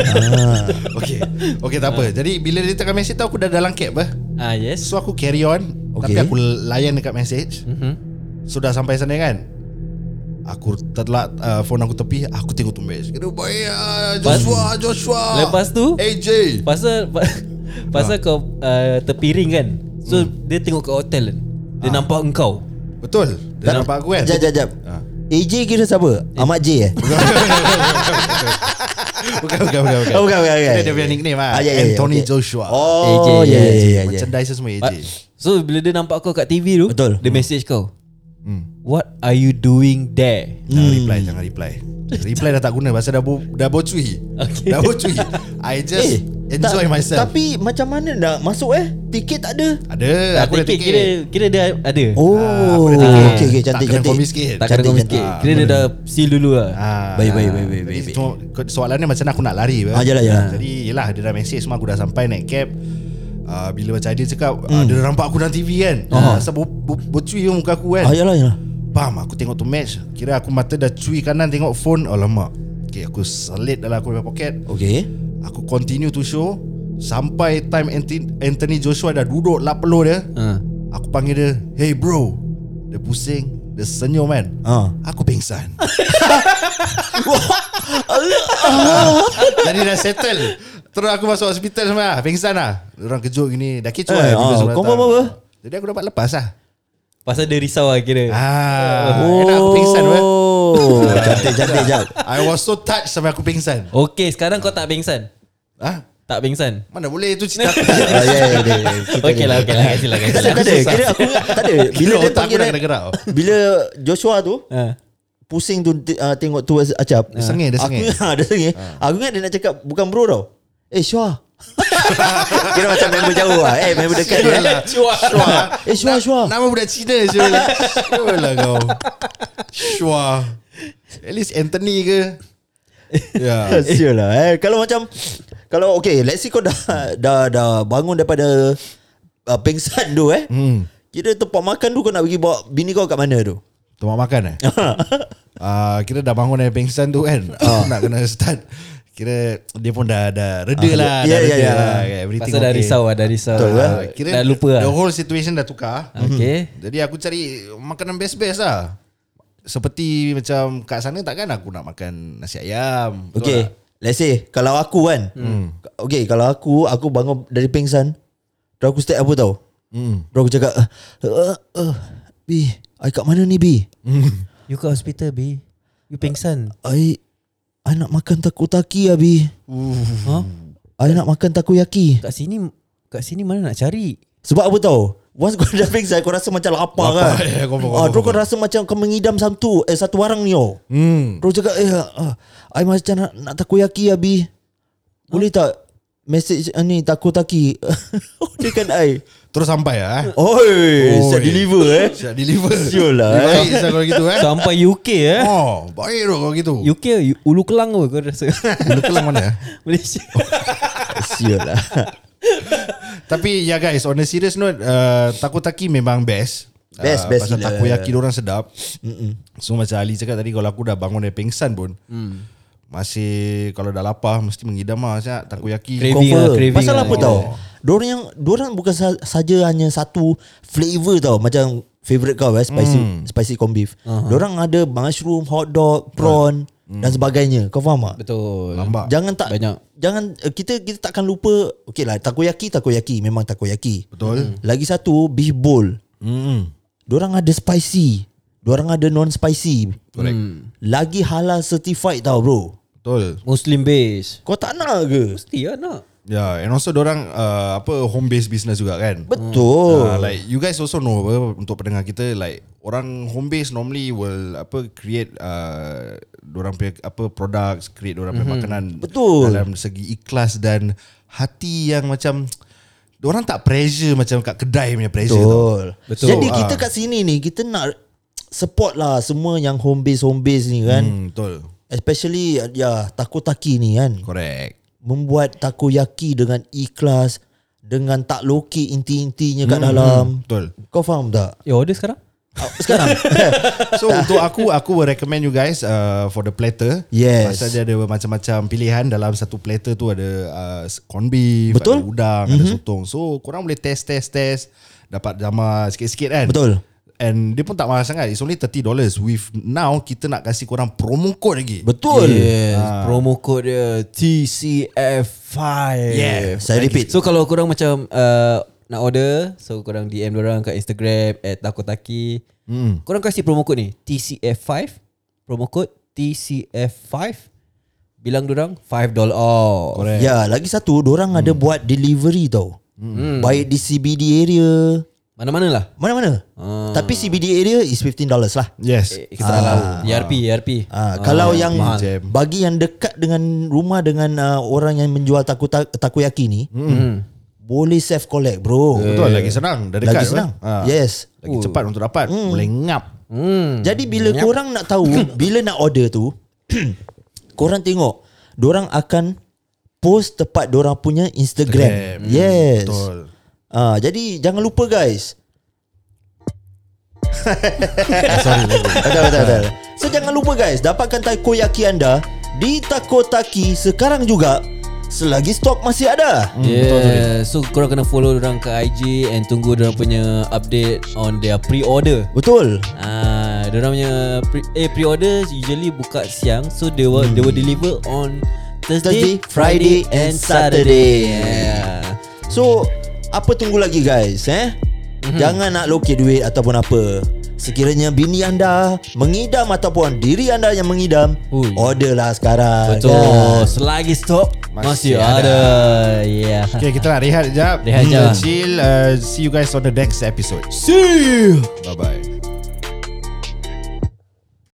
B: okay. Okay, tak apa. Jadi, bila dia tengah message tu, aku dah dalam cab eh.
A: Ah yes.
B: So, aku carry on. Okay. Tapi
C: Okay.
B: aku layan dekat message.
A: Mhm.
B: So, dah sampai sana kan? Aku terlak uh, phone aku tepi Aku tengok tu message Kena baik ah, Joshua Joshua
A: Lepas tu
B: AJ Ah.
A: pasal pa- pasal kau uh, terpiring kan. So hmm. dia tengok kat hotel kan. Dia
B: Ah.
A: ha. nampak engkau.
B: Betul Dia nampak aku kan
C: Jap jap jap
B: Ah.
C: AJ kira siapa? Ahmad J eh?
B: Bukan bukan bukan bukan.
C: Oh, bukan, bukan, bukan.
B: Dia, dia punya nickname lah
C: Ah, ya, ya, ya,
B: Anthony
C: okay.
B: Joshua
A: AJ,
C: Oh ya
A: yeah,
C: ya ya ya.
B: Merchandiser semua AJ
A: So bila dia nampak kau kat TV tu
C: Betul.
A: Dia message kau
B: hmm.
A: What are you doing there?
B: Jangan
C: Hmm.
B: reply Jangan reply Reply dah tak guna Pasal dah, bo, dah bocui
A: Okay.
B: Dah bocui I just
C: Eh,
B: Enjoy
C: tak-
B: myself
C: Tapi macam mana nak masuk eh? Tiket tak ada.
B: Ada Aku dah
A: tiket, kira,
B: tiket
A: kira dia ada
C: Oh,
B: aku
C: okey
B: dah Ah, tiket.
C: okey okay,
B: Tak
C: cantik
B: kena
C: cantik.
B: komis sikit.
A: Tak kena
C: Cantik,
A: kau
C: cantik.
A: sikit Kira dia dah seal dulu lah
B: Ah,
C: Baik, baik, baik, baik,
B: Jadi
C: baik.
B: semua- ko- Soalannya macam mana aku nak lari kan?
C: Ah, jalan, jalan.
B: Jadi yelah Dia dah message semua Aku dah sampai naik cab uh, Bila macam dia cakap
C: Hmm.
B: uh, Dia dah nampak aku dalam TV kan uh-huh. Asal bo, bo, bocui pun muka aku
C: Ah
B: kan
C: yalah yalah.
B: Bam aku tengok tu match Kira aku mata dah cui kanan Tengok phone Alamak Okay aku selit dalam aku punya poket
C: Okey.
B: Aku continue to show Sampai time Anthony, Anthony Joshua dah duduk lap peluh dia
A: ha.
B: Aku panggil dia Hey bro Dia pusing Dia senyum kan
C: Ah.
B: Aku pingsan Jadi dah settle Terus aku masuk hospital sama lah Pingsan lah Orang kejut gini Dah kecoh
C: Eh,
B: lah bila
C: ah,
B: semua
C: confirm
B: datang.
C: apa?
B: Jadi aku dapat lepas lah
A: Pasal dia risau lah
C: Ya.
A: kira
B: Ah, oh. Enak aku pingsan weh.
C: Oh, cantik cantik jap.
B: I was so touched sampai aku pingsan
C: Oh.
A: Okay sekarang kau tak pingsan
B: Ah,
A: Tak pingsan
B: Mana boleh itu cerita aku
C: Ah, ya, ya, ya, ya. Kita
A: Okay
C: ni.
A: lah okay lah Kasi lah kasi
C: Tak ada,
A: lah
C: tak ada. Kira aku tak ada. Bila dia
B: Bila otak aku
C: panggil
B: dah
C: dia-
B: kena gerak
C: bila Joshua tu
A: Ha.
C: pusing tu t- uh, tengok tu acap. Dia
B: sengih, dia sengih.
C: Aku, ha, dia sengih. Aku ingat dia nak cakap bukan bro tau. Eh Shua. Kira macam member jauh lah. Eh member dekat dia.
B: Sialah.
A: Cuak
B: Syua
C: Eh Shua Shua.
B: Nama budak Cina Syua Syua lah kau Syua At least Anthony ke Ya
C: Sial lah eh. Kalau macam Kalau okay Let's say kau dah Dah, dah bangun daripada uh, Pengsan tu eh hmm. Kira tempat makan tu Kau nak pergi bawa Bini kau kat mana tu
B: Tumak makan eh uh, Kira dah bangun dari pingsan tu kan Nak kena start Kira dia pun dah, dah reda
C: Ah,
B: lah
C: ya,
B: Dah
C: ya,
B: reda
C: ya.
B: lah Everything
A: Pasal dah
B: okay.
A: risau lah Dah risau
C: Betul lah.
B: Ah, Kira
A: Dah lupa lah Ah,
B: The whole situation dah tukar
A: Okay
B: Jadi aku cari makanan best-best lah. Seperti macam kat sana takkan aku nak makan nasi ayam. Betul
C: Okay
B: tak? Hmm.
C: Let's say Kalau aku kan Okay kalau aku Aku bangun dari pengsan Terus aku step apa tau hmm. Terus aku cakap uh, uh, B I kat mana ni B
A: You kat hospital B You pingsan
C: I I nak makan takoyaki lah B
A: Ha?
C: I nak makan takoyaki
A: Kat sini Kat sini mana nak cari
C: Sebab apa tau Once kau dah pingsan Kau rasa macam lapar kan
B: ya, confirm,
C: Ah,
B: confirm,
C: Terus kau rasa macam Kau mengidam satu Eh satu warang ni oh.
B: Hmm.
C: Terus cakap Eh ah, I macam nak, nak takoyaki Abi Boleh tak Message ah, ni takoyaki Oh dia kan I
B: Terus sampai lah. Eh.
C: Oi
B: Oi.
C: Saya deliver eh
B: Siap deliver.
C: Siul lah,
B: Dia
C: eh.
B: Baik siap kalau gitu eh.
A: Sampai UK eh
B: Oh, baik tu kalau gitu. You
A: UK Ulu Kelang pun kau rasa
B: Bulu kelang mana? eh?
A: Malaysia
C: Sial lah
B: Tapi ya guys, on a serious note, uh, takoyaki memang best.
C: Best,
B: Ah,
C: best
B: Pasal
C: gila.
B: takoyaki orang sedap. So macam Ali cakap tadi kalau aku dah bangun dari pingsan pun.
C: Hmm.
B: Masih kalau dah lapar mesti mengidam lah Macam takoyaki.
A: Craving
C: Confirm.
A: lah, craving
C: Pasal
A: lah.
C: apa tau Diorang yang Diorang bukan sa- saja hanya satu Flavor tau Macam Favorite kau eh Spicy
A: Hmm.
C: Spicy corn beef uh-huh. Diorang ada Mushroom Hot dog Prawn Dan sebagainya Kau faham tak
A: Hmm. Betul
B: Lambak.
C: Jangan tak
A: Banyak.
C: Jangan eh, Kita kita takkan lupa Okay lah Takoyaki Takoyaki Memang takoyaki Hmm.
B: Betul.
C: Lagi satu Beef bowl
B: Hmm.
C: Diorang ada spicy Diorang ada non spicy
B: Correct.
C: Lagi halal certified tau bro
B: Betul.
A: Muslim base
C: Kau tak nak ke
A: Mesti lah nak
B: Ya, yeah, and also orang uh, apa home based business juga kan.
A: Ah,
C: Betul
B: Uh, like you guys also know apa untuk pendengar kita like orang home based normally will apa create uh, orang punya apa products, create orang punya mm-hmm. makanan
C: Mhm. Betul.
B: dalam segi ikhlas dan hati yang macam orang tak pressure macam kat kedai punya pressure
C: Betul.
B: tau.
A: Betul.
C: Jadi
B: So,
C: kita
B: ah.
C: kat sini ni kita nak support lah semua yang home base home base ni kan. Hmm.
B: Hmm, betul.
C: Especially ya takoyaki ni kan.
B: Correct.
C: Membuat takoyaki dengan ikhlas dengan tak loki inti-intinya kat hmm. dalam.
B: Betul.
C: Kau faham tak?
A: You order sekarang
C: Ah, Sekarang.
B: So untuk aku Aku will recommend you guys uh, For the platter
C: Yes.
B: Pasal dia ada macam-macam pilihan Dalam satu platter tu Ada uh, corn beef
C: Betul. Mhm.
B: Ada udang mm-hmm. Ada sotong So korang boleh test test test Dapat jama sikit-sikit kan
C: Betul.
B: And dia pun tak mahal sangat It's only $30 With now Kita nak kasih korang promo code lagi
C: Betul. Yeah.
A: Yes Promo code dia TCF5
B: Yeah.
C: Saya repeat.
A: So kalau korang macam uh, nak order So korang DM orang kat Instagram At Takotaki mm. Korang kasi promo code ni TCF5 Promo code TCF5 Bilang orang $5 off Correct
C: Ya, lagi satu orang ada buat delivery tau. Baik di CBD area,
A: Mana-mana lah
C: mana-mana. Tapi CBD area is $15 lah.
B: Yes
A: Eh, Kita salah ERP ERP
C: Ah, kalau yang
B: mahal. Jam.
C: bagi yang dekat dengan rumah dengan ah, orang yang menjual taku takoyaki ni,
B: Hmm.
A: Hmm.
C: boleh self collect bro.
B: Betul lagi senang Dah Eh, dekat
C: Lagi senang.
B: kan?
C: Yes. Oh.
B: Lagi cepat untuk dapat Boleh ngap
A: hmm.
C: Jadi bila yep. korang nak tahu bila nak order tu, korang tengok, orang akan post tepat orang punya Instagram.
B: Instagram. Hmm,
C: Yes.
B: betul.
C: Ah, jadi jangan lupa guys.
A: Ah,
C: Betul, betul, betul. So jangan lupa guys, dapatkan takoyaki anda di Takotaki sekarang juga selagi stok masih ada.
A: Hmm. Yeah. So korang kena follow orang ke IG And tunggu orang punya update On their pre-order
C: Betul.
A: Ah, orang punya pre, eh pre-order usually buka siang, so they will they will deliver on Thursday,
C: Thursday, Friday and Saturday.
A: Yeah.
C: So apa tunggu lagi guys eh?
A: Mhm.
C: Jangan nak lokek duit ataupun apa. Sekiranya bini anda mengidam ataupun diri anda yang mengidam,
A: Ui.
C: orderlah sekarang.
A: Betul.
C: kan?
A: Selagi stok
B: Masih
A: masih,
B: ada.
A: ada. Yeah.
B: Okay kita nak rehat sekejap
A: Rehat sekejap.
B: Chill uh, See you guys on the next episode
A: See you.
B: Bye bye